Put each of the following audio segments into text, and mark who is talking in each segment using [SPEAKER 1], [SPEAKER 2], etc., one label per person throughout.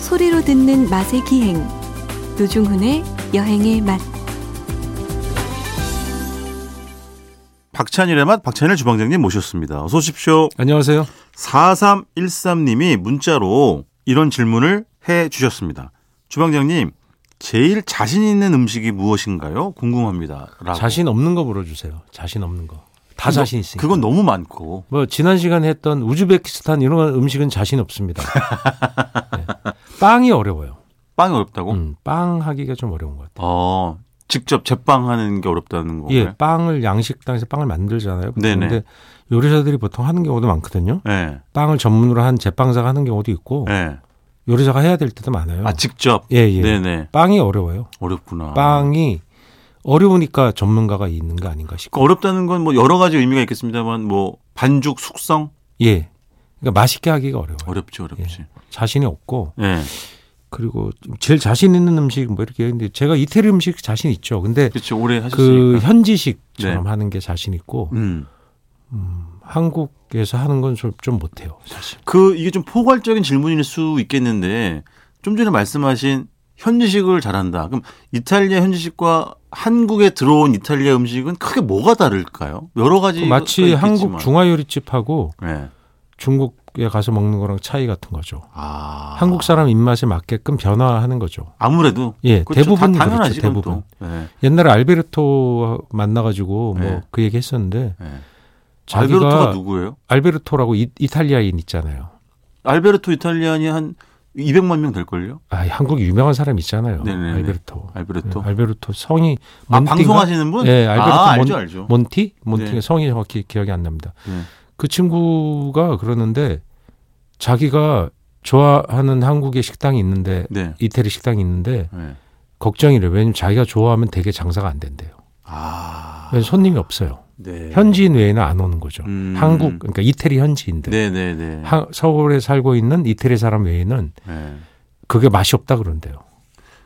[SPEAKER 1] 소리로 듣는 맛의 기행 노중훈의 여행의 맛
[SPEAKER 2] 박찬일의 맛 박찬일 주방장님 모셨습니다. 어서 오십시오.
[SPEAKER 3] 안녕하세요.
[SPEAKER 2] 4313님이 문자로 이런 질문을 해 주셨습니다. 주방장님, 제일 자신 있는 음식이 무엇인가요? 궁금합니다. 라고.
[SPEAKER 3] 자신 없는 거 물어주세요. 자신 없는 거. 다 자신 있으니까.
[SPEAKER 2] 아. 그건 너무 많고.
[SPEAKER 3] 뭐 지난 시간에 했던 우즈베키스탄 이런 음식은 자신 없습니다. 네. 빵이 어려워요.
[SPEAKER 2] 빵이 어렵다고?
[SPEAKER 3] 음, 빵 하기가 좀 어려운 것 같아요.
[SPEAKER 2] 어, 직접 제빵하는 게 어렵다는 거예요?
[SPEAKER 3] 예, 빵을 양식당에서 빵을 만들잖아요.
[SPEAKER 2] 네네.
[SPEAKER 3] 그런데 요리사들이 보통 하는 경우도 많거든요.
[SPEAKER 2] 예.
[SPEAKER 3] 빵을 전문으로 한 제빵사가 하는 경우도 있고
[SPEAKER 2] 예.
[SPEAKER 3] 요리사가 해야 될 때도 많아요.
[SPEAKER 2] 아, 직접?
[SPEAKER 3] 어. 예, 예.
[SPEAKER 2] 네네.
[SPEAKER 3] 빵이 어려워요.
[SPEAKER 2] 어렵구나.
[SPEAKER 3] 빵이 어려우니까 전문가가 있는 거 아닌가 싶고.
[SPEAKER 2] 그 어렵다는 건 뭐 여러 가지 의미가 있겠습니다만 뭐 반죽 숙성?
[SPEAKER 3] 예. 그러니까 맛있게 하기가 어려워요.
[SPEAKER 2] 어렵지, 어렵지.
[SPEAKER 3] 자신이 없고
[SPEAKER 2] 예.
[SPEAKER 3] 그리고 제일 자신 있는 음식 뭐 이렇게 했는데 제가 이태리 음식 자신 있죠. 근데
[SPEAKER 2] 그렇죠. 오래 하셨으니까.
[SPEAKER 3] 그 현지식처럼
[SPEAKER 2] 네.
[SPEAKER 3] 하는 게 자신 있고
[SPEAKER 2] 음.
[SPEAKER 3] 한국에서 하는 건 좀 못해요. 사실.
[SPEAKER 2] 그 이게 좀 포괄적인 질문일 수 있겠는데 좀 전에 말씀하신 현지식을 잘한다. 그럼 이탈리아 현지식과 한국에 들어온 이탈리아 음식은 크게 뭐가 다를까요? 여러 가지
[SPEAKER 3] 마치 한국 중화요리집하고
[SPEAKER 2] 네.
[SPEAKER 3] 중국에 가서 먹는 거랑 차이 같은 거죠.
[SPEAKER 2] 아
[SPEAKER 3] 한국 사람 입맛에 맞게끔 변화하는 거죠.
[SPEAKER 2] 아무래도
[SPEAKER 3] 예,
[SPEAKER 2] 그렇죠.
[SPEAKER 3] 대부분
[SPEAKER 2] 다 당연하지
[SPEAKER 3] 그렇죠. 대부분.
[SPEAKER 2] 그건 또. 네.
[SPEAKER 3] 옛날에 알베르토 만나가지고
[SPEAKER 2] 네.
[SPEAKER 3] 뭐 그 얘기 했었는데
[SPEAKER 2] 네.
[SPEAKER 3] 자기가
[SPEAKER 2] 알베르토가 누구예요?
[SPEAKER 3] 알베르토라고 이, 이탈리아인 있잖아요.
[SPEAKER 2] 알베르토 이탈리안이 한 200만 명 될걸요?
[SPEAKER 3] 아, 한국 유명한 사람 있잖아요.
[SPEAKER 2] 네네네.
[SPEAKER 3] 알베르토.
[SPEAKER 2] 알베르토.
[SPEAKER 3] 네, 알베르토 성이
[SPEAKER 2] 아
[SPEAKER 3] 몬티인가?
[SPEAKER 2] 방송하시는 분?
[SPEAKER 3] 예, 알베르토
[SPEAKER 2] 아,
[SPEAKER 3] 몬,
[SPEAKER 2] 알죠, 알죠.
[SPEAKER 3] 몬티? 몬티가
[SPEAKER 2] 네.
[SPEAKER 3] 성이 정확히 기억이 안 납니다.
[SPEAKER 2] 네.
[SPEAKER 3] 그 친구가 그러는데 자기가 좋아하는 한국의 식당이 있는데
[SPEAKER 2] 네.
[SPEAKER 3] 이태리 식당이 있는데
[SPEAKER 2] 네.
[SPEAKER 3] 걱정이래요. 왜냐면 자기가 좋아하면 되게 장사가 안 된대요.
[SPEAKER 2] 아,
[SPEAKER 3] 왜냐면 손님이 없어요.
[SPEAKER 2] 네.
[SPEAKER 3] 현지인 외에는 안 오는 거죠.
[SPEAKER 2] 음.
[SPEAKER 3] 한국 그러니까 이태리 현지인들.
[SPEAKER 2] 네네네.
[SPEAKER 3] 하- 서울에 살고 있는 이태리 사람 외에는
[SPEAKER 2] 네.
[SPEAKER 3] 그게 맛이 없다 그런대요.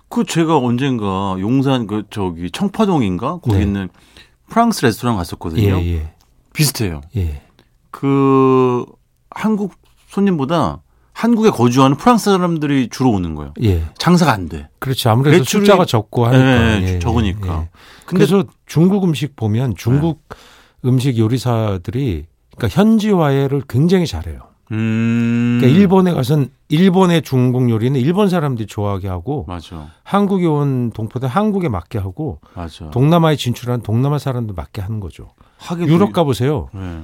[SPEAKER 2] 그 제가 언젠가 용산 그 저기 청파동인가 거기
[SPEAKER 3] 네.
[SPEAKER 2] 있는 프랑스 레스토랑 갔었거든요.
[SPEAKER 3] 예, 예.
[SPEAKER 2] 비슷해요.
[SPEAKER 3] 예.
[SPEAKER 2] 그 한국 손님보다 한국에 거주하는 프랑스 사람들이 주로 오는 거예요.
[SPEAKER 3] 예.
[SPEAKER 2] 장사가 안 돼.
[SPEAKER 3] 그렇죠. 아무래도
[SPEAKER 2] 매출이-
[SPEAKER 3] 숫자가 적고 하니까.
[SPEAKER 2] 예,
[SPEAKER 3] 예,
[SPEAKER 2] 적으니까.
[SPEAKER 3] 예.
[SPEAKER 2] 근데
[SPEAKER 3] 그래서 중국 음식 보면 중국
[SPEAKER 2] 네.
[SPEAKER 3] 음식 요리사들이 그러니까 현지화해를 굉장히 잘해요.
[SPEAKER 2] 음
[SPEAKER 3] 그러니까 일본에 가서는 일본의 중국 요리는 일본 사람들이 좋아하게 하고
[SPEAKER 2] 맞아
[SPEAKER 3] 한국에 온 동포들 한국에 맞게 하고
[SPEAKER 2] 맞아
[SPEAKER 3] 동남아에 진출한 동남아 사람들 맞게 하는 거죠.
[SPEAKER 2] 하긴
[SPEAKER 3] 유럽 가 보세요.
[SPEAKER 2] 예.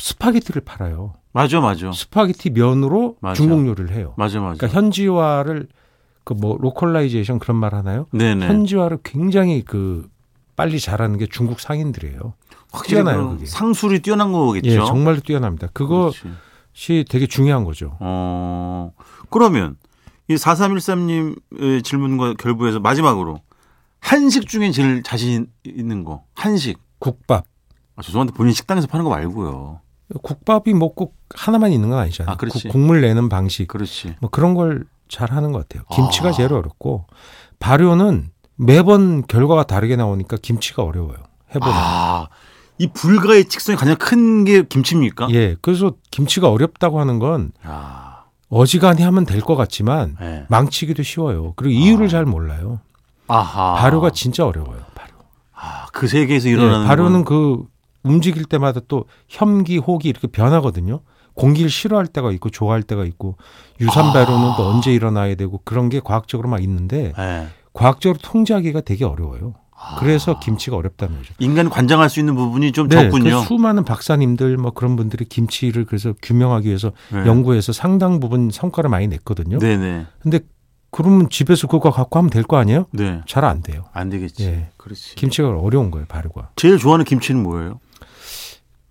[SPEAKER 3] 스파게티를 팔아요.
[SPEAKER 2] 맞아 맞아
[SPEAKER 3] 스파게티 면으로
[SPEAKER 2] 어. 맞아.
[SPEAKER 3] 중국 요리를 해요.
[SPEAKER 2] 맞아 맞아
[SPEAKER 3] 그러니까 현지화를 그 뭐 로컬라이제이션 그런 말 하나요?
[SPEAKER 2] 네네
[SPEAKER 3] 현지화를 굉장히 그 빨리 잘하는 게 중국 상인들이에요.
[SPEAKER 2] 확실히
[SPEAKER 3] 뛰어나요,
[SPEAKER 2] 그런
[SPEAKER 3] 그게.
[SPEAKER 2] 상술이 뛰어난 거겠죠.
[SPEAKER 3] 예, 정말로 뛰어납니다. 그것이
[SPEAKER 2] 그렇지.
[SPEAKER 3] 되게 중요한 거죠.
[SPEAKER 2] 어, 그러면 이 4313님의 질문과 결부해서 마지막으로 한식 중에 제일 자신 있는 거 한식
[SPEAKER 3] 국밥.
[SPEAKER 2] 아, 죄송한데 본인 식당에서 파는 거 말고요.
[SPEAKER 3] 국밥이 뭐 꼭 하나만 있는 건 아니잖아요.
[SPEAKER 2] 아, 그렇지.
[SPEAKER 3] 국- 국물 내는 방식.
[SPEAKER 2] 그렇지.
[SPEAKER 3] 뭐 그런 걸 잘 하는 것 같아요. 김치가
[SPEAKER 2] 아.
[SPEAKER 3] 제일 어렵고 발효는 매번 결과가 다르게 나오니까 김치가 어려워요. 해보면.
[SPEAKER 2] 아, 이 불가의 특성이 가장 큰 게 김치입니까?
[SPEAKER 3] 예. 그래서 김치가 어렵다고 하는 건
[SPEAKER 2] 아,
[SPEAKER 3] 어지간히 하면 될 것 같지만
[SPEAKER 2] 예.
[SPEAKER 3] 망치기도 쉬워요. 그리고 이유를
[SPEAKER 2] 아.
[SPEAKER 3] 잘 몰라요.
[SPEAKER 2] 아하.
[SPEAKER 3] 발효가 진짜 어려워요. 발효.
[SPEAKER 2] 아, 그 세계에서
[SPEAKER 3] 예,
[SPEAKER 2] 일어나는 건-
[SPEAKER 3] 발효는 그 움직일 때마다 또 혐기, 호기 이렇게 변하거든요. 공기를 싫어할 때가 있고 좋아할 때가 있고 유산
[SPEAKER 2] 아.
[SPEAKER 3] 발효는 또 언제 일어나야 되고 그런 게 과학적으로 막 있는데
[SPEAKER 2] 예.
[SPEAKER 3] 과학적으로 통제하기가 되게 어려워요.
[SPEAKER 2] 아.
[SPEAKER 3] 그래서 김치가 어렵다는 거죠.
[SPEAKER 2] 인간이 관장할 수 있는 부분이 좀
[SPEAKER 3] 네,
[SPEAKER 2] 적군요.
[SPEAKER 3] 그 수많은 박사님들 뭐 그런 분들이 김치를 그래서 규명하기 위해서
[SPEAKER 2] 네.
[SPEAKER 3] 연구해서 상당 부분 성과를 많이 냈거든요.
[SPEAKER 2] 네네.
[SPEAKER 3] 근데 그러면 집에서 그거 갖고 하면 될 거 아니에요?
[SPEAKER 2] 네.
[SPEAKER 3] 잘 안 돼요.
[SPEAKER 2] 안 되겠지.
[SPEAKER 3] 예.
[SPEAKER 2] 그렇지.
[SPEAKER 3] 김치가 어려운 거예요, 발효가.
[SPEAKER 2] 제일 좋아하는 김치는 뭐예요?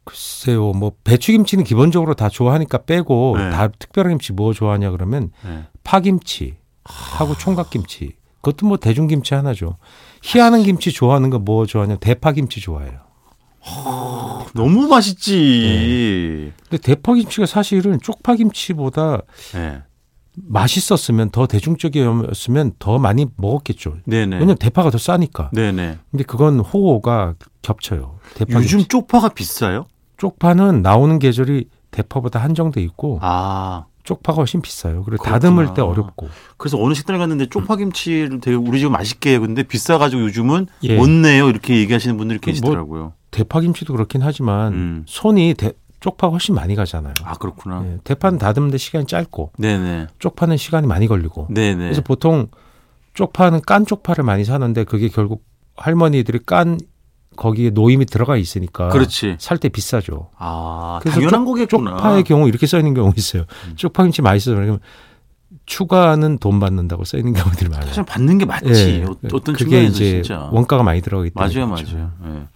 [SPEAKER 3] 글쎄요, 뭐 배추김치는 기본적으로 다 좋아하니까 빼고
[SPEAKER 2] 네.
[SPEAKER 3] 다 특별한 김치 뭐 좋아하냐 그러면
[SPEAKER 2] 예.
[SPEAKER 3] 파김치 하고
[SPEAKER 2] 아.
[SPEAKER 3] 총각김치 그것도 뭐 대중김치 하나죠. 희한한 김치 좋아하는 거 뭐 좋아하냐 대파김치 좋아해요.
[SPEAKER 2] 너무 맛있지.
[SPEAKER 3] 근데 대파김치가 사실은 쪽파김치보다
[SPEAKER 2] 네.
[SPEAKER 3] 맛있었으면 더 대중적이었으면 더 많이 먹었겠죠.
[SPEAKER 2] 네네.
[SPEAKER 3] 왜냐면 대파가 더 싸니까.
[SPEAKER 2] 네네.
[SPEAKER 3] 근데 그건 호호가 겹쳐요. 대파
[SPEAKER 2] 요즘 쪽파가 비싸요?
[SPEAKER 3] 쪽파는 나오는 계절이 대파보다 한정돼 있고
[SPEAKER 2] 아,
[SPEAKER 3] 쪽파가 훨씬 비싸요. 그리고
[SPEAKER 2] 그렇구나.
[SPEAKER 3] 다듬을 때 어렵고.
[SPEAKER 2] 그래서 어느 식당에 갔는데 쪽파김치를 되게 우리 집 맛있게 해요. 근데 비싸가지고 요즘은
[SPEAKER 3] 예.
[SPEAKER 2] 못 내요. 이렇게 얘기하시는 분들이
[SPEAKER 3] 그 뭐-
[SPEAKER 2] 계시더라고요.
[SPEAKER 3] 대파김치도 그렇긴 하지만
[SPEAKER 2] 음.
[SPEAKER 3] 손이 대- 쪽파가 훨씬 많이 가잖아요.
[SPEAKER 2] 아 그렇구나.
[SPEAKER 3] 예, 대파는 다듬는데 시간이 짧고
[SPEAKER 2] 네네.
[SPEAKER 3] 쪽파는 시간이 많이 걸리고.
[SPEAKER 2] 네네.
[SPEAKER 3] 그래서 보통 쪽파는 깐 쪽파를 많이 사는데 그게 결국 할머니들이 깐 거기에 노임이 들어가 있으니까
[SPEAKER 2] 그렇지.
[SPEAKER 3] 살 때 비싸죠.
[SPEAKER 2] 아 당연한 거겠구나. 음.
[SPEAKER 3] 쪽파의 경우 이렇게 써 있는 경우 있어요. 쪽파김치 맛있어서 그러면 추가는 돈 받는다고 써 있는 경우들이 많아요. 예.
[SPEAKER 2] 사실 받는 게 맞지. 어- 어떤
[SPEAKER 3] 그게
[SPEAKER 2] 측면에서
[SPEAKER 3] 이제
[SPEAKER 2] 진짜.
[SPEAKER 3] 원가가 많이 들어가기 때문에
[SPEAKER 2] 맞아요,
[SPEAKER 3] 그렇죠.
[SPEAKER 2] 맞아요.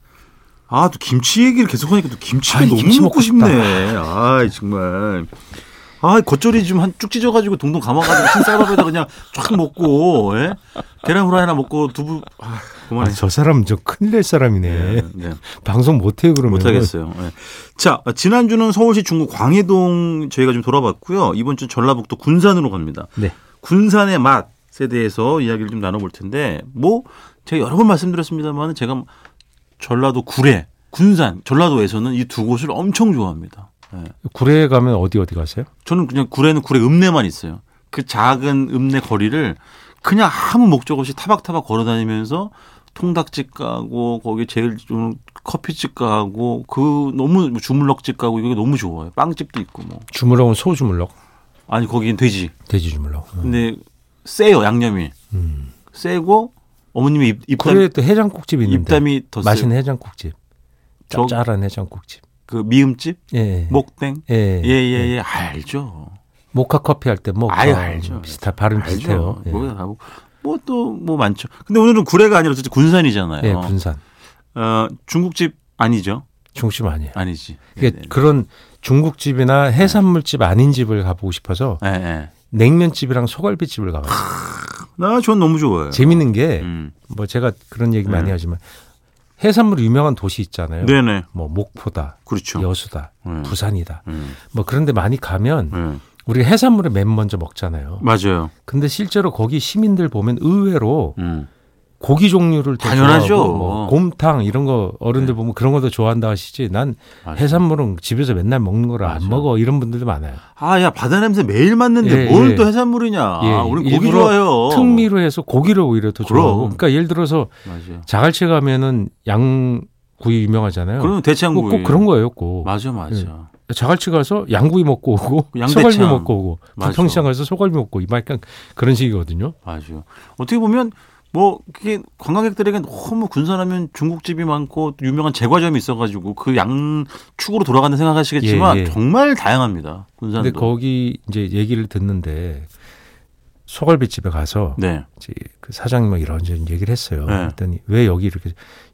[SPEAKER 2] 아, 또 김치 얘기를 계속하니까 또 김치가
[SPEAKER 3] 아이,
[SPEAKER 2] 너무
[SPEAKER 3] 김치
[SPEAKER 2] 먹고
[SPEAKER 3] 먹고
[SPEAKER 2] 싶네. 아, 정말. 아, 겉절이 지금 한 쭉 찢어가지고 동동 감아가지고 흰 쌀밥에다 그냥 쫙 먹고, 예? 계란 후라이 하나 먹고 두부. 아,
[SPEAKER 3] 아,
[SPEAKER 2] 그만해.
[SPEAKER 3] 저 사람 저 큰일 날 사람이네.
[SPEAKER 2] 예, 예.
[SPEAKER 3] 방송 못해요 그러면.
[SPEAKER 2] 못하겠어요. 예. 자, 지난주는 서울시 중구 광해동 저희가 좀 돌아봤고요. 이번 주 전라북도 군산으로 갑니다.
[SPEAKER 3] 네.
[SPEAKER 2] 군산의 맛에 대해서 이야기를 좀 나눠볼 텐데 뭐 제가 여러 번 말씀드렸습니다만 제가 전라도 구례 군산 전라도에서는 이 두 곳을 엄청 좋아합니다. 예.
[SPEAKER 3] 구례에 가면 어디 어디 가세요?
[SPEAKER 2] 저는 그냥 구례는 구례 읍내만 있어요. 그 작은 읍내 거리를 그냥 아무 목적 없이 타박타박 걸어다니면서 통닭집 가고 거기 제일 좋은 커피집 가고 그 너무 주물럭집 가고 이게 너무 좋아요. 빵집도 있고 뭐
[SPEAKER 3] 주물럭은 소 주물럭,
[SPEAKER 2] 아니 거긴 돼지
[SPEAKER 3] 돼지 주물럭. 음.
[SPEAKER 2] 근데 세요 양념이
[SPEAKER 3] 음.
[SPEAKER 2] 세고 어머님이 입, 입담
[SPEAKER 3] 구례에 또 해장국집 있는데
[SPEAKER 2] 입담이 더 맛있는
[SPEAKER 3] 맛있는 해장국집,
[SPEAKER 2] 저-
[SPEAKER 3] 짭짤한 해장국집.
[SPEAKER 2] 그 미음집
[SPEAKER 3] 예.
[SPEAKER 2] 목땡
[SPEAKER 3] 예.
[SPEAKER 2] 예예예 알죠
[SPEAKER 3] 모카 커피 할 때 모카.
[SPEAKER 2] 아유, 알죠.
[SPEAKER 3] 비슷한 발음 비슷해요. 예.
[SPEAKER 2] 뭐또뭐 뭐 많죠 근데 오늘은 구례가 아니라 어쨌든 군산이잖아요
[SPEAKER 3] 예, 군산
[SPEAKER 2] 어, 중국집 아니죠
[SPEAKER 3] 중심 아니에요.
[SPEAKER 2] 아니지 네,
[SPEAKER 3] 그게 그런 중국집이나 해산물집 아닌 집을 가보고 싶어서
[SPEAKER 2] 예예나전
[SPEAKER 3] 냉면집이랑 소갈비집을 가봤어요.
[SPEAKER 2] 너무 좋아요
[SPEAKER 3] 재밌는 게 뭐
[SPEAKER 2] 음.
[SPEAKER 3] 제가 그런 얘기 많이
[SPEAKER 2] 음.
[SPEAKER 3] 하지만 해산물 유명한 도시 있잖아요.
[SPEAKER 2] 네네
[SPEAKER 3] 뭐 목포다,
[SPEAKER 2] 그렇죠
[SPEAKER 3] 여수다,
[SPEAKER 2] 음.
[SPEAKER 3] 부산이다.
[SPEAKER 2] 음.
[SPEAKER 3] 뭐 그런데 많이 가면
[SPEAKER 2] 음.
[SPEAKER 3] 우리 해산물을 맨 먼저 먹잖아요.
[SPEAKER 2] 맞아요
[SPEAKER 3] 근데 실제로 거기 시민들 보면 의외로
[SPEAKER 2] 음.
[SPEAKER 3] 고기 종류를 더
[SPEAKER 2] 당연하죠. 어. 네.
[SPEAKER 3] 좋아하고 뭐 곰탕 이런 거 어른들 보면 그런 거더 좋아한다 하시지. 난
[SPEAKER 2] 맞아요.
[SPEAKER 3] 해산물은 집에서 맨날 먹는 걸 안
[SPEAKER 2] 맞아요.
[SPEAKER 3] 먹어 이런 분들도 많아요.
[SPEAKER 2] 아야 바다 냄새 매일 맡는데
[SPEAKER 3] 예,
[SPEAKER 2] 뭘
[SPEAKER 3] 예.
[SPEAKER 2] 또 해산물이냐
[SPEAKER 3] 예,
[SPEAKER 2] 우리 고기
[SPEAKER 3] 일부러
[SPEAKER 2] 좋아요
[SPEAKER 3] 특미로 해서 고기를 오히려 더
[SPEAKER 2] 어. 그럼.
[SPEAKER 3] 좋아하고. 그러니까 예를 들어서
[SPEAKER 2] 맞아요
[SPEAKER 3] 자갈치 가면은 양구이 유명하잖아요.
[SPEAKER 2] 그러면
[SPEAKER 3] 예. 뭐 꼭,
[SPEAKER 2] 대창구이
[SPEAKER 3] 꼭 그런 거예요, 꼭.
[SPEAKER 2] 맞아 맞아
[SPEAKER 3] 예. 자갈치 가서 양구이 먹고 오고
[SPEAKER 2] 그 양대창.
[SPEAKER 3] 소갈비 먹고 오고
[SPEAKER 2] 맞아.
[SPEAKER 3] 부평시장 가서 소갈비 먹고 이 약간 그런 식이거든요.
[SPEAKER 2] 맞아요. 어떻게 보면 뭐 그게 관광객들에게 너무 군산하면 중국집이 많고 또 유명한 제과점이 있어가지고 그 양축으로 돌아가는 생각하시겠지만
[SPEAKER 3] 예, 예.
[SPEAKER 2] 정말 다양합니다. 군산도.
[SPEAKER 3] 근데 거기 이제 얘기를 듣는데 소갈비 집에 가서
[SPEAKER 2] 네.
[SPEAKER 3] 이제 그 사장님과 이런저런 얘기를 했어요.
[SPEAKER 2] 네.
[SPEAKER 3] 그랬더니 왜 여기 이렇게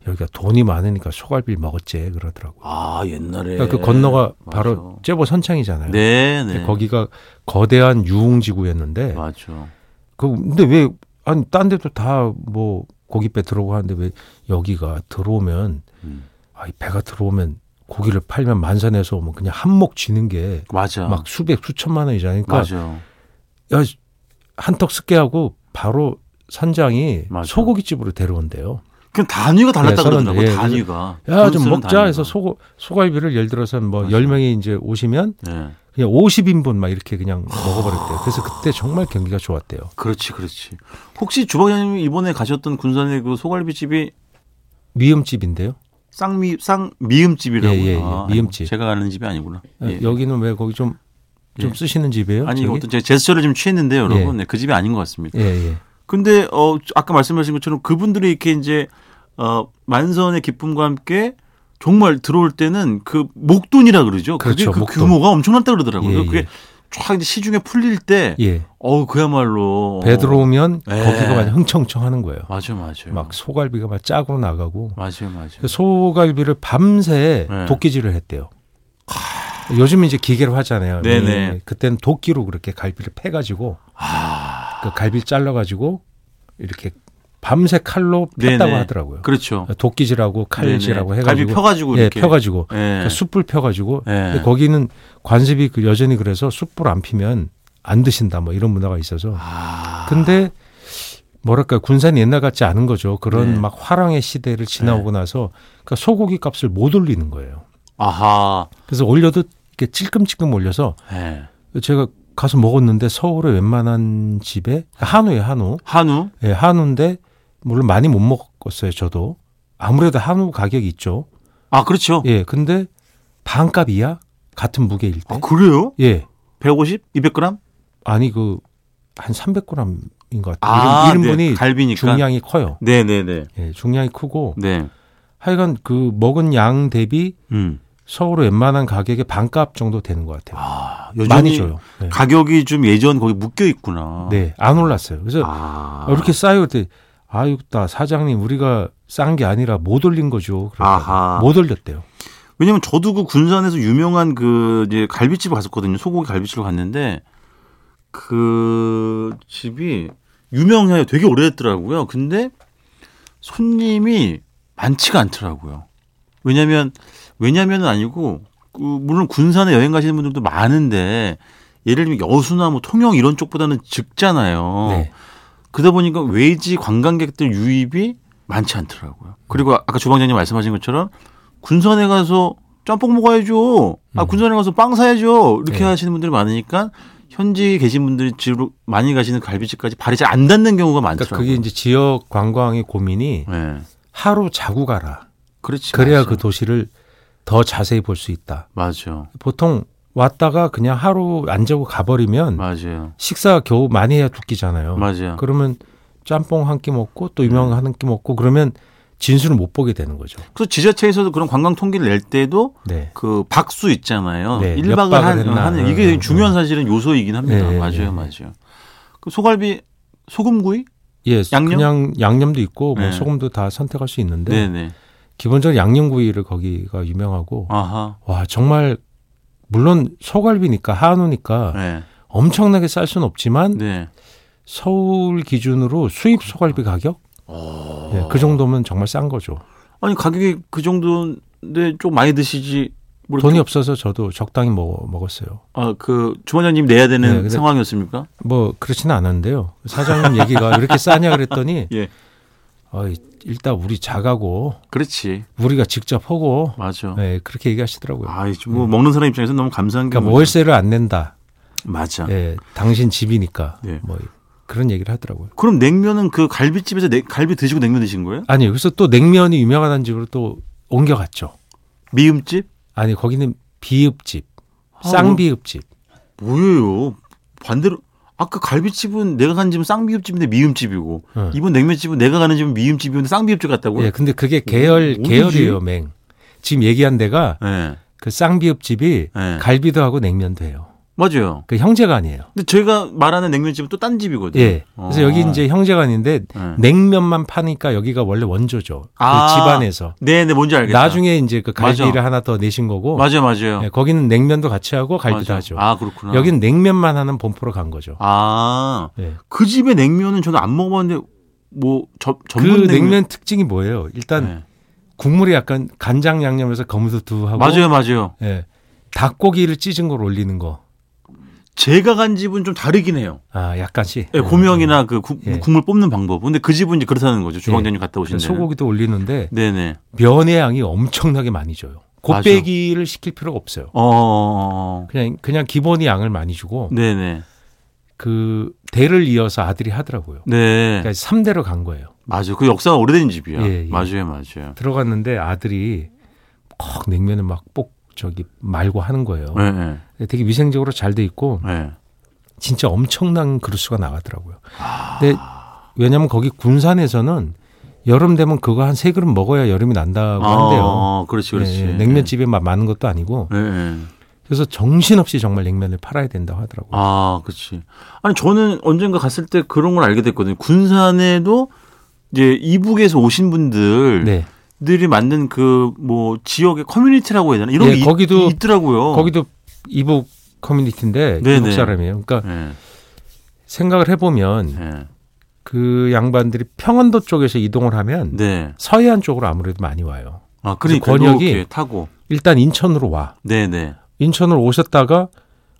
[SPEAKER 3] 여기가 돈이 많으니까 소갈비 를 먹었지 그러더라고요.
[SPEAKER 2] 아 옛날에
[SPEAKER 3] 그러니까 그 건너가
[SPEAKER 2] 맞아.
[SPEAKER 3] 바로 제보 선창이잖아요.
[SPEAKER 2] 네,
[SPEAKER 3] 근데
[SPEAKER 2] 네.
[SPEAKER 3] 거기가 네. 거대한 유흥지구였는데
[SPEAKER 2] 맞죠.
[SPEAKER 3] 그 근데 왜 아니 딴 데도 다 뭐 고기 배 들어오고 하는데 왜 여기가 들어오면
[SPEAKER 2] 음.
[SPEAKER 3] 아, 이 배가 들어오면 고기를 팔면 만산에서 오면 그냥 한몫 지는 게 막
[SPEAKER 2] 맞아.
[SPEAKER 3] 수백 수천만 원이잖아요. 그러니까
[SPEAKER 2] 맞아.
[SPEAKER 3] 야, 한턱 쓰게 하고 바로 선장이
[SPEAKER 2] 맞아.
[SPEAKER 3] 소고기집으로 데려온대요.
[SPEAKER 2] 그냥 단위가 달랐다
[SPEAKER 3] 네,
[SPEAKER 2] 그러더라고. 요
[SPEAKER 3] 예,
[SPEAKER 2] 단위가.
[SPEAKER 3] 야 좀
[SPEAKER 2] 점수는
[SPEAKER 3] 먹자
[SPEAKER 2] 단위가.
[SPEAKER 3] 해서 소고 소갈비를 예를 들어서 뭐
[SPEAKER 2] 맞아.
[SPEAKER 3] 10명이 이제 오시면
[SPEAKER 2] 네.
[SPEAKER 3] 그냥 50인분 막 이렇게 그냥 먹어버렸대요. 그래서 그때 정말 경기가 좋았대요.
[SPEAKER 2] 그렇지, 그렇지. 혹시 주방장님이 이번에 가셨던 군산의 그 소갈비집이
[SPEAKER 3] 미음집인데요.
[SPEAKER 2] 쌍미 쌍 미음집이라고
[SPEAKER 3] 예, 예, 예. 미음집. 어,
[SPEAKER 2] 제가 가는 집이 아니구나. 예.
[SPEAKER 3] 여기는 왜 거기 좀 좀
[SPEAKER 2] 예.
[SPEAKER 3] 쓰시는 집이에요?
[SPEAKER 2] 아니
[SPEAKER 3] 저기?
[SPEAKER 2] 어떤 제가 제스처를 좀 취했는데요, 여러분. 네, 그 집이 아닌 것 같습니다.
[SPEAKER 3] 예, 예.
[SPEAKER 2] 근데 어 아까 말씀하신 것처럼 그분들이 이렇게 이제 어 만선의 기쁨과 함께 정말 들어올 때는 그 목돈이라 그러죠. 그게
[SPEAKER 3] 그렇죠,
[SPEAKER 2] 그
[SPEAKER 3] 목돈.
[SPEAKER 2] 규모가 엄청났다 그러더라고요.
[SPEAKER 3] 예,
[SPEAKER 2] 그게
[SPEAKER 3] 예.
[SPEAKER 2] 쫙 이제 시중에 풀릴 때
[SPEAKER 3] 예.
[SPEAKER 2] 어우 그야말로
[SPEAKER 3] 배 들어오면
[SPEAKER 2] 예.
[SPEAKER 3] 거기가 막 흥청청 하는 거예요.
[SPEAKER 2] 맞아 맞아요.
[SPEAKER 3] 막 소갈비가 막 짝으로 나가고
[SPEAKER 2] 맞아요 맞아요.
[SPEAKER 3] 그 소갈비를 밤새
[SPEAKER 2] 네.
[SPEAKER 3] 도끼질을 했대요. 요즘 이제 기계로 하잖아요.
[SPEAKER 2] 네네.
[SPEAKER 3] 그때는 도끼로 그렇게 갈비를 패가지고
[SPEAKER 2] 아,
[SPEAKER 3] 그 갈비를 잘라가지고 이렇게 밤새 칼로
[SPEAKER 2] 네네.
[SPEAKER 3] 폈다고 하더라고요.
[SPEAKER 2] 그렇죠.
[SPEAKER 3] 도끼질하고 칼질하고
[SPEAKER 2] 네네. 갈비
[SPEAKER 3] 해가지고
[SPEAKER 2] 펴가지고
[SPEAKER 3] 예,
[SPEAKER 2] 이렇게.
[SPEAKER 3] 펴가지고
[SPEAKER 2] 예.
[SPEAKER 3] 그러니까 숯불 펴가지고
[SPEAKER 2] 예.
[SPEAKER 3] 근데 거기는 관습이 그 여전히 그래서 숯불 안 피면 안 드신다 뭐 이런 문화가 있어서
[SPEAKER 2] 아.
[SPEAKER 3] 근데 뭐랄까 군산이 옛날 같지 않은 거죠. 그런
[SPEAKER 2] 네.
[SPEAKER 3] 막 화랑의 시대를 지나오고 나서 그러니까 소고기 값을 못 올리는 거예요.
[SPEAKER 2] 아하.
[SPEAKER 3] 그래서 올려도 이렇게 찔끔찔끔 올려서
[SPEAKER 2] 예.
[SPEAKER 3] 제가 가서 먹었는데 서울의 웬만한 집에 그러니까 한우예요 한우
[SPEAKER 2] 한우?
[SPEAKER 3] 예, 한우인데 물론 많이 못 먹었어요 저도 아무래도 한우 가격이 있죠
[SPEAKER 2] 아, 그렇죠.
[SPEAKER 3] 예 근데 반값 이야 같은 무게일
[SPEAKER 2] 아,
[SPEAKER 3] 때
[SPEAKER 2] 그래요?
[SPEAKER 3] 예
[SPEAKER 2] 150? 200g?
[SPEAKER 3] 아니 그 한 300g인 것 같아요
[SPEAKER 2] 아,
[SPEAKER 3] 이름- 이름분이
[SPEAKER 2] 네. 갈비니까.
[SPEAKER 3] 중량이 커요
[SPEAKER 2] 네, 네, 네.
[SPEAKER 3] 예 중량이 크고
[SPEAKER 2] 네.
[SPEAKER 3] 하여간 그 먹은 양 대비
[SPEAKER 2] 음.
[SPEAKER 3] 서울의 웬만한 가격의 반값 정도 되는 것 같아요
[SPEAKER 2] 아, 여전히
[SPEAKER 3] 많이 줘요 예.
[SPEAKER 2] 가격이 좀 예전 거기 묶여 있구나.
[SPEAKER 3] 네, 안 올랐어요. 그래서
[SPEAKER 2] 아.
[SPEAKER 3] 어, 이렇게 쌓여 올 때, 아유, 나 사장님, 우리가 싼 게 아니라 못 올린 거죠.
[SPEAKER 2] 아하.
[SPEAKER 3] 그러니까 못 올렸대요.
[SPEAKER 2] 왜냐면 저도 그 군산에서 유명한 그 이제 갈비집을 갔었거든요. 소고기 갈비집을 갔는데 그 집이 유명해요. 되게 오래됐더라고요. 근데 손님이 많지가 않더라고요. 왜냐면 왜냐면은 아니고 그 물론 군산에 여행 가시는 분들도 많은데 예를 들면 여수나 뭐 통영 이런 쪽보다는 적잖아요.
[SPEAKER 3] 네.
[SPEAKER 2] 그러다 보니까 외지 관광객들 유입이 많지 않더라고요. 그리고 아까 주방장님 말씀하신 것처럼 군산에 가서 짬뽕 먹어야죠. 아,
[SPEAKER 3] 음.
[SPEAKER 2] 군산에 가서 빵 사야죠. 이렇게
[SPEAKER 3] 네.
[SPEAKER 2] 하시는 분들이 많으니까 현지 계신 분들이 집으로 많이 가시는 갈비집까지 발이 잘 안 닿는 경우가
[SPEAKER 3] 그러니까
[SPEAKER 2] 많더라고요.
[SPEAKER 3] 그게 이제 지역 관광의 고민이
[SPEAKER 2] 네.
[SPEAKER 3] 하루 자고 가라.
[SPEAKER 2] 그렇지.
[SPEAKER 3] 그래야
[SPEAKER 2] 맞아.
[SPEAKER 3] 그 도시를 더 자세히 볼 수 있다.
[SPEAKER 2] 맞아요.
[SPEAKER 3] 보통 왔다가 그냥 하루 안 자고 가버리면
[SPEAKER 2] 맞아요.
[SPEAKER 3] 식사 겨우 많이 해야 두 끼잖아요.
[SPEAKER 2] 맞아요.
[SPEAKER 3] 음. 그러면 짬뽕 한 끼 먹고 또
[SPEAKER 2] 음.
[SPEAKER 3] 유명한 한 끼 먹고 그러면 진수를 못 보게 되는 거죠.
[SPEAKER 2] 그래서 지자체에서도 그런 관광 통계를 낼 때도
[SPEAKER 3] 네.
[SPEAKER 2] 그 박수 있잖아요.
[SPEAKER 3] 네,
[SPEAKER 2] 일박
[SPEAKER 3] 몇
[SPEAKER 2] 을
[SPEAKER 3] 박을
[SPEAKER 2] 한,
[SPEAKER 3] 했나.
[SPEAKER 2] 하는
[SPEAKER 3] 네,
[SPEAKER 2] 이게
[SPEAKER 3] 네,
[SPEAKER 2] 중요한 사실은 요소이긴 합니다.
[SPEAKER 3] 네,
[SPEAKER 2] 맞아요,
[SPEAKER 3] 네.
[SPEAKER 2] 맞아요. 그 소갈비 소금구이?
[SPEAKER 3] 예,
[SPEAKER 2] 양념?
[SPEAKER 3] 그냥 양념도 있고 뭐
[SPEAKER 2] 네.
[SPEAKER 3] 소금도 다 선택할 수 있는데
[SPEAKER 2] 네, 네.
[SPEAKER 3] 기본적으로 양념구이를 거기가 유명하고
[SPEAKER 2] 아하.
[SPEAKER 3] 와 정말 물론 소갈비니까 한우니까
[SPEAKER 2] 네.
[SPEAKER 3] 엄청나게 쌀 수는 없지만
[SPEAKER 2] 네.
[SPEAKER 3] 서울 기준으로 수입 소갈비 가격
[SPEAKER 2] 어.
[SPEAKER 3] 예, 그 정도면 정말 싼 거죠.
[SPEAKER 2] 아니 가격이 그 정도인데 좀 많이 드시지. 뭐
[SPEAKER 3] 돈이
[SPEAKER 2] 이렇게-
[SPEAKER 3] 없어서 저도 적당히 먹, 먹었어요.
[SPEAKER 2] 아, 그 주원장님 내야 되는
[SPEAKER 3] 네, 근데-
[SPEAKER 2] 상황이었습니까?
[SPEAKER 3] 뭐 그렇지는 않았는데요. 사장님 얘기가 왜 이렇게 싸냐 그랬더니
[SPEAKER 2] 예.
[SPEAKER 3] 어이, 일단 우리 자가고
[SPEAKER 2] 그렇지.
[SPEAKER 3] 우리가 직접 하고
[SPEAKER 2] 맞아.
[SPEAKER 3] 예, 그렇게 얘기하시더라고요.
[SPEAKER 2] 어. 아, 이뭐 먹는 사람 입장에서 너무 감사한 게
[SPEAKER 3] 그러니까
[SPEAKER 2] 뭐죠?
[SPEAKER 3] 월세를 안 낸다.
[SPEAKER 2] 맞아.
[SPEAKER 3] 예, 당신 집이니까
[SPEAKER 2] 예.
[SPEAKER 3] 뭐 그런 얘기를 하더라고요.
[SPEAKER 2] 그럼 냉면은 그 갈비집에서 내- 갈비 드시고 냉면 드신 거예요?
[SPEAKER 3] 아니 여기서 또 냉면이 유명하다는 집으로 또 옮겨갔죠.
[SPEAKER 2] 미음집?
[SPEAKER 3] 아니 거기는 비읍집,
[SPEAKER 2] 아,
[SPEAKER 3] 쌍비읍집.
[SPEAKER 2] 뭐예요? 반대로 아까 갈비집은 내가 간 집은 쌍비읍집인데 미음집이고
[SPEAKER 3] 응.
[SPEAKER 2] 이번 냉면집은 내가 가는 집은 미음집이었는데 쌍비읍집 같다고요?
[SPEAKER 3] 예, 근데 그게 계열
[SPEAKER 2] 뭐, 어디지?
[SPEAKER 3] 계열이에요, 맹. 지금 얘기한 데가
[SPEAKER 2] 예.
[SPEAKER 3] 그 쌍비읍집이
[SPEAKER 2] 예.
[SPEAKER 3] 갈비도 하고 냉면도 해요.
[SPEAKER 2] 맞아요.
[SPEAKER 3] 그 형제간이에요.
[SPEAKER 2] 근데 저희가 말하는 냉면집은 또 딴 집이거든요.
[SPEAKER 3] 예. 그래서
[SPEAKER 2] 어.
[SPEAKER 3] 여기 이제 형제간인데
[SPEAKER 2] 네.
[SPEAKER 3] 냉면만 파니까 여기가 원래 원조죠. 그
[SPEAKER 2] 아,
[SPEAKER 3] 집안에서.
[SPEAKER 2] 네, 네, 뭔지 알겠다.
[SPEAKER 3] 나중에 이제 그 갈비를
[SPEAKER 2] 맞아.
[SPEAKER 3] 하나 더 내신 거고.
[SPEAKER 2] 맞아요, 맞아요.
[SPEAKER 3] 예, 거기는 냉면도 같이 하고 갈비도
[SPEAKER 2] 맞아.
[SPEAKER 3] 하죠.
[SPEAKER 2] 아, 그렇구나.
[SPEAKER 3] 여긴 냉면만 하는 본포로 간 거죠.
[SPEAKER 2] 아,
[SPEAKER 3] 예.
[SPEAKER 2] 그 집의 냉면은 저는 안 먹어봤는데 뭐 저,
[SPEAKER 3] 그
[SPEAKER 2] 전문
[SPEAKER 3] 냉면, 특징이 뭐예요? 일단
[SPEAKER 2] 네.
[SPEAKER 3] 국물이 약간 간장 양념에서 검은두두하고
[SPEAKER 2] 맞아요, 맞아요.
[SPEAKER 3] 예. 닭고기를 찢은 걸 올리는 거.
[SPEAKER 2] 제가 간 집은 좀 다르긴 해요.
[SPEAKER 3] 아, 약간씩.
[SPEAKER 2] 예, 고명이나 그 국-
[SPEAKER 3] 예.
[SPEAKER 2] 국물 뽑는 방법. 근데 그 집은 이제 그렇다는 거죠. 주방장님 갔다 오신
[SPEAKER 3] 그
[SPEAKER 2] 데는.
[SPEAKER 3] 소고기도 올리는데
[SPEAKER 2] 네네.
[SPEAKER 3] 면의 양이 엄청나게 많이 줘요.
[SPEAKER 2] 맞아.
[SPEAKER 3] 곱빼기를 시킬 필요가 없어요.
[SPEAKER 2] 어,
[SPEAKER 3] 그냥 그냥 기본이 양을 많이 주고
[SPEAKER 2] 네네.
[SPEAKER 3] 그 대를 이어서 아들이 하더라고요.
[SPEAKER 2] 네.
[SPEAKER 3] 그러니까 3대로 간 거예요.
[SPEAKER 2] 맞아요. 그 역사가 오래된 집이야.
[SPEAKER 3] 예, 예.
[SPEAKER 2] 맞아요, 맞아요.
[SPEAKER 3] 들어갔는데 아들이 꼭 냉면을 막 꼭 저기 말고 하는 거예요.
[SPEAKER 2] 예, 예.
[SPEAKER 3] 되게 위생적으로 잘 돼 있고
[SPEAKER 2] 예.
[SPEAKER 3] 진짜 엄청난 그릇수가 나가더라고요. 근데 왜냐면 거기 군산에서는 여름 되면 그거 한 세 그릇 먹어야 여름이 난다고 한대요.
[SPEAKER 2] 아, 그렇지, 그렇지.
[SPEAKER 3] 예, 예. 냉면집에 막 많은 것도 아니고
[SPEAKER 2] 예, 예.
[SPEAKER 3] 그래서 정신없이 정말 냉면을 팔아야 된다고 하더라고요.
[SPEAKER 2] 아, 그렇지. 아니 저는 언젠가 갔을 때 그런 걸 알게 됐거든요. 군산에도 이제 이북에서 오신 분들들이
[SPEAKER 3] 네.
[SPEAKER 2] 만든 그 뭐 지역의 커뮤니티라고 해야 되나 이런
[SPEAKER 3] 예,
[SPEAKER 2] 게
[SPEAKER 3] 거기도-
[SPEAKER 2] 있, 더라고요
[SPEAKER 3] 거기도 이북 커뮤니티인데
[SPEAKER 2] 어. 네네.
[SPEAKER 3] 이북 사람이에요. 그러니까
[SPEAKER 2] 예,
[SPEAKER 3] 생각을 해보면
[SPEAKER 2] 예.
[SPEAKER 3] 그 양반들이 평안도 쪽에서 이동을 하면
[SPEAKER 2] 네.
[SPEAKER 3] 서해안 쪽으로 아무래도 많이 와요.
[SPEAKER 2] 아, 그러니까
[SPEAKER 3] 권역이-
[SPEAKER 2] 이렇게 타고.
[SPEAKER 3] 일단 인천으로 와.
[SPEAKER 2] 네, 네.
[SPEAKER 3] 인천으로 오셨다가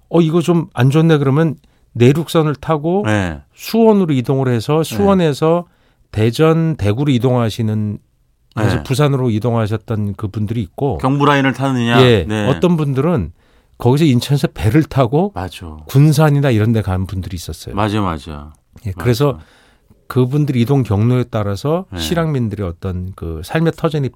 [SPEAKER 3] 어 이거 좀 안 좋네 그러면 내륙선을 타고
[SPEAKER 2] 예.
[SPEAKER 3] 수원으로 이동을
[SPEAKER 2] 네.
[SPEAKER 3] 해서 수원에서 대전 대구로 이동하시는 그래서
[SPEAKER 2] 네.
[SPEAKER 3] 부산으로 이동하셨던 그분들이 있고
[SPEAKER 2] 경부 라인을 타느냐.
[SPEAKER 3] 뭐. 예
[SPEAKER 2] 네.
[SPEAKER 3] 어떤 분들은 거기서 인천에서 배를 타고
[SPEAKER 2] 맞아.
[SPEAKER 3] 군산이나 이런 데 가는 분들이 있었어요.
[SPEAKER 2] 맞아, 맞아.
[SPEAKER 3] 예, 네. 그래서 그분들 이동 경로에 따라서
[SPEAKER 2] 네.
[SPEAKER 3] 실향민들의 어떤 그 삶의 터전이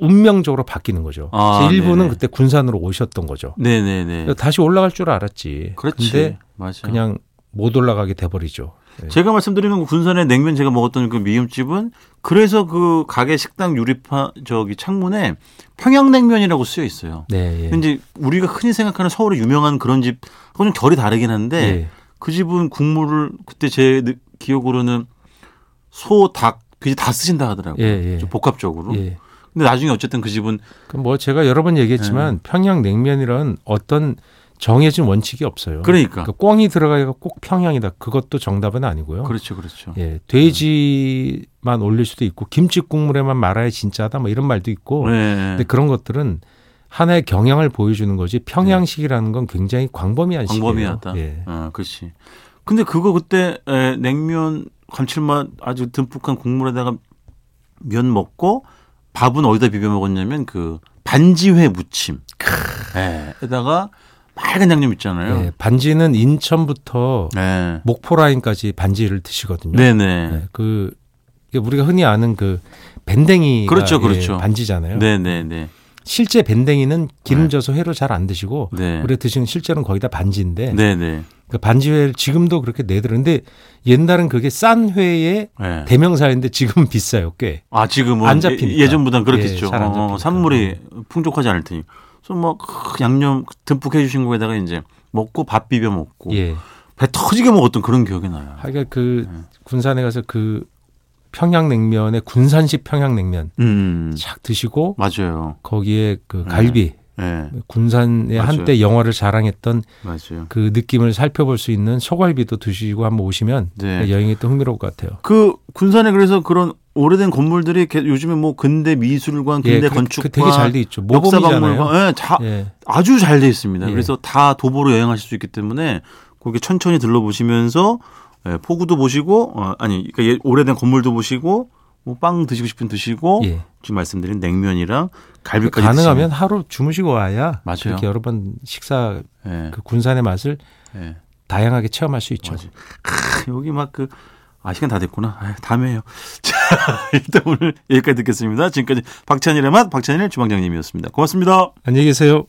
[SPEAKER 3] 운명적으로 바뀌는 거죠.
[SPEAKER 2] 아,
[SPEAKER 3] 그래서 일부는
[SPEAKER 2] 네네.
[SPEAKER 3] 그때 군산으로 오셨던 거죠.
[SPEAKER 2] 네네네.
[SPEAKER 3] 다시 올라갈 줄 알았지.
[SPEAKER 2] 그렇지.
[SPEAKER 3] 그
[SPEAKER 2] 그렇죠.
[SPEAKER 3] 근데
[SPEAKER 2] 맞아.
[SPEAKER 3] 그냥 못 올라가게 돼버리죠. 예.
[SPEAKER 2] 제가 말씀드리는 그 군산의 냉면 제가 먹었던 그 미음집은 그래서 그 가게 식당 유리파 저기 창문에 평양냉면이라고 쓰여 있어요.
[SPEAKER 3] 네. 예.
[SPEAKER 2] 근데 이제 우리가 흔히 생각하는 서울의 유명한 그런 집하고는 좀 결이 다르긴 한데
[SPEAKER 3] 예.
[SPEAKER 2] 그 집은 국물을 그때 제 느- 기억으로는 소, 닭 그게 다 쓰신다 하더라고요.
[SPEAKER 3] 예, 예.
[SPEAKER 2] 좀 복합적으로.
[SPEAKER 3] 예.
[SPEAKER 2] 근데 나중에 어쨌든 그 집은
[SPEAKER 3] 그뭐 제가 여러 번
[SPEAKER 2] 네.
[SPEAKER 3] 얘기했지만 평양 냉면이란 어떤 정해진 원칙이 없어요.
[SPEAKER 2] 그러니까.
[SPEAKER 3] 그 꿩이 들어가야 꼭 평양이다. 그것도 정답은 아니고요.
[SPEAKER 2] 그렇죠, 그렇죠.
[SPEAKER 3] 예, 돼지만 올릴 수도 있고 김치 국물에만 말아야 진짜다. 뭐 이런 말도 있고.
[SPEAKER 2] 네.
[SPEAKER 3] 근데 그런 것들은 하나의 경향을 보여주는 거지 평양식이라는 건 굉장히 광범위한 식이에요.
[SPEAKER 2] 광범위하다.
[SPEAKER 3] 예.
[SPEAKER 2] 아, 그렇지. 근데 그거 그때 에, 냉면 감칠맛 아주 듬뿍한 국물에다가 면 먹고 밥은 어디다 비벼 먹었냐면 그 반지회 무침. 예, 에다가 맑은 양념
[SPEAKER 3] 예,
[SPEAKER 2] 있잖아요.
[SPEAKER 3] 반지는 인천부터
[SPEAKER 2] 네.
[SPEAKER 3] 목포 라인까지 반지를 드시거든요.
[SPEAKER 2] 네, 네.
[SPEAKER 3] 예, 그 이게 우리가 흔히 아는 그 밴댕이
[SPEAKER 2] 그렇죠, 그렇죠.
[SPEAKER 3] 반지잖아요.
[SPEAKER 2] 네, 네, 네.
[SPEAKER 3] 실제 밴댕이는 기름져서 회로 잘 안 드시고
[SPEAKER 2] 네.
[SPEAKER 3] 우리가 드시는 실제로는 거의 다 반지인데
[SPEAKER 2] 네, 네.
[SPEAKER 3] 그 반지회를 지금도 그렇게 내드는데 옛날은 그게 싼 회의
[SPEAKER 2] 예.
[SPEAKER 3] 대명사인데 지금 비싸요 꽤.
[SPEAKER 2] 아, 지금은
[SPEAKER 3] 안 잡히니까.
[SPEAKER 2] 예- 예전보단 그렇겠죠.
[SPEAKER 3] 예,
[SPEAKER 2] 어,
[SPEAKER 3] 잘안 잡히니까. 네.
[SPEAKER 2] 산물이 풍족하지 않을 테니. 그래서 막 양념 듬뿍 해 주신 거에다가 이제 먹고 밥 비벼 먹고
[SPEAKER 3] 예.
[SPEAKER 2] 배 터지게 먹었던 그런 기억이 나요.
[SPEAKER 3] 하여간 그
[SPEAKER 2] 네.
[SPEAKER 3] 군산에 가서 그 평양냉면에 군산식 평양냉면
[SPEAKER 2] 음,
[SPEAKER 3] 착 드시고
[SPEAKER 2] 맞아요.
[SPEAKER 3] 거기에 그 갈비
[SPEAKER 2] 예,
[SPEAKER 3] 군산에
[SPEAKER 2] 맞아요.
[SPEAKER 3] 한때 영화를 자랑했던
[SPEAKER 2] 맞아요.
[SPEAKER 3] 그 느낌을 살펴볼 수 있는 소갈비도 드시고 한번 오시면
[SPEAKER 2] 네.
[SPEAKER 3] 여행이 또 흥미로울 것 같아요.
[SPEAKER 2] 그 군산에 그래서 그런 오래된 건물들이 이렇게 요즘에 뭐 근대 미술관, 근대
[SPEAKER 3] 그-
[SPEAKER 2] 건축관,
[SPEAKER 3] 그 되게 잘 돼 있죠. 모범이잖아요.
[SPEAKER 2] 역사박물관, 예, 다
[SPEAKER 3] 예.
[SPEAKER 2] 아주 잘 돼 있습니다.
[SPEAKER 3] 예.
[SPEAKER 2] 그래서 다 도보로 여행하실 수 있기 때문에 거기 천천히 들러보시면서 예, 포구도 보시고 어, 아니 그러니까 예, 오래된 건물도 보시고 뭐 빵 드시고 싶은 드시고
[SPEAKER 3] 예.
[SPEAKER 2] 지금 말씀드린 냉면이랑 갈비까지
[SPEAKER 3] 가능하면 하루 주무시고 와야
[SPEAKER 2] 맞아요.
[SPEAKER 3] 이렇게 여러 번 식사
[SPEAKER 2] 드시면. 예,
[SPEAKER 3] 그 군산의 맛을
[SPEAKER 2] 예.
[SPEAKER 3] 다양하게 체험할 수 있죠.
[SPEAKER 2] 맞아요. 크, 여기 막 그, 아, 시간 다 됐구나. 아, 다음에 해요. 자, 일단 오늘 여기까지 듣겠습니다. 지금까지 박찬일의 맛, 박찬일 주방장님이었습니다. 고맙습니다.
[SPEAKER 3] 안녕히 계세요.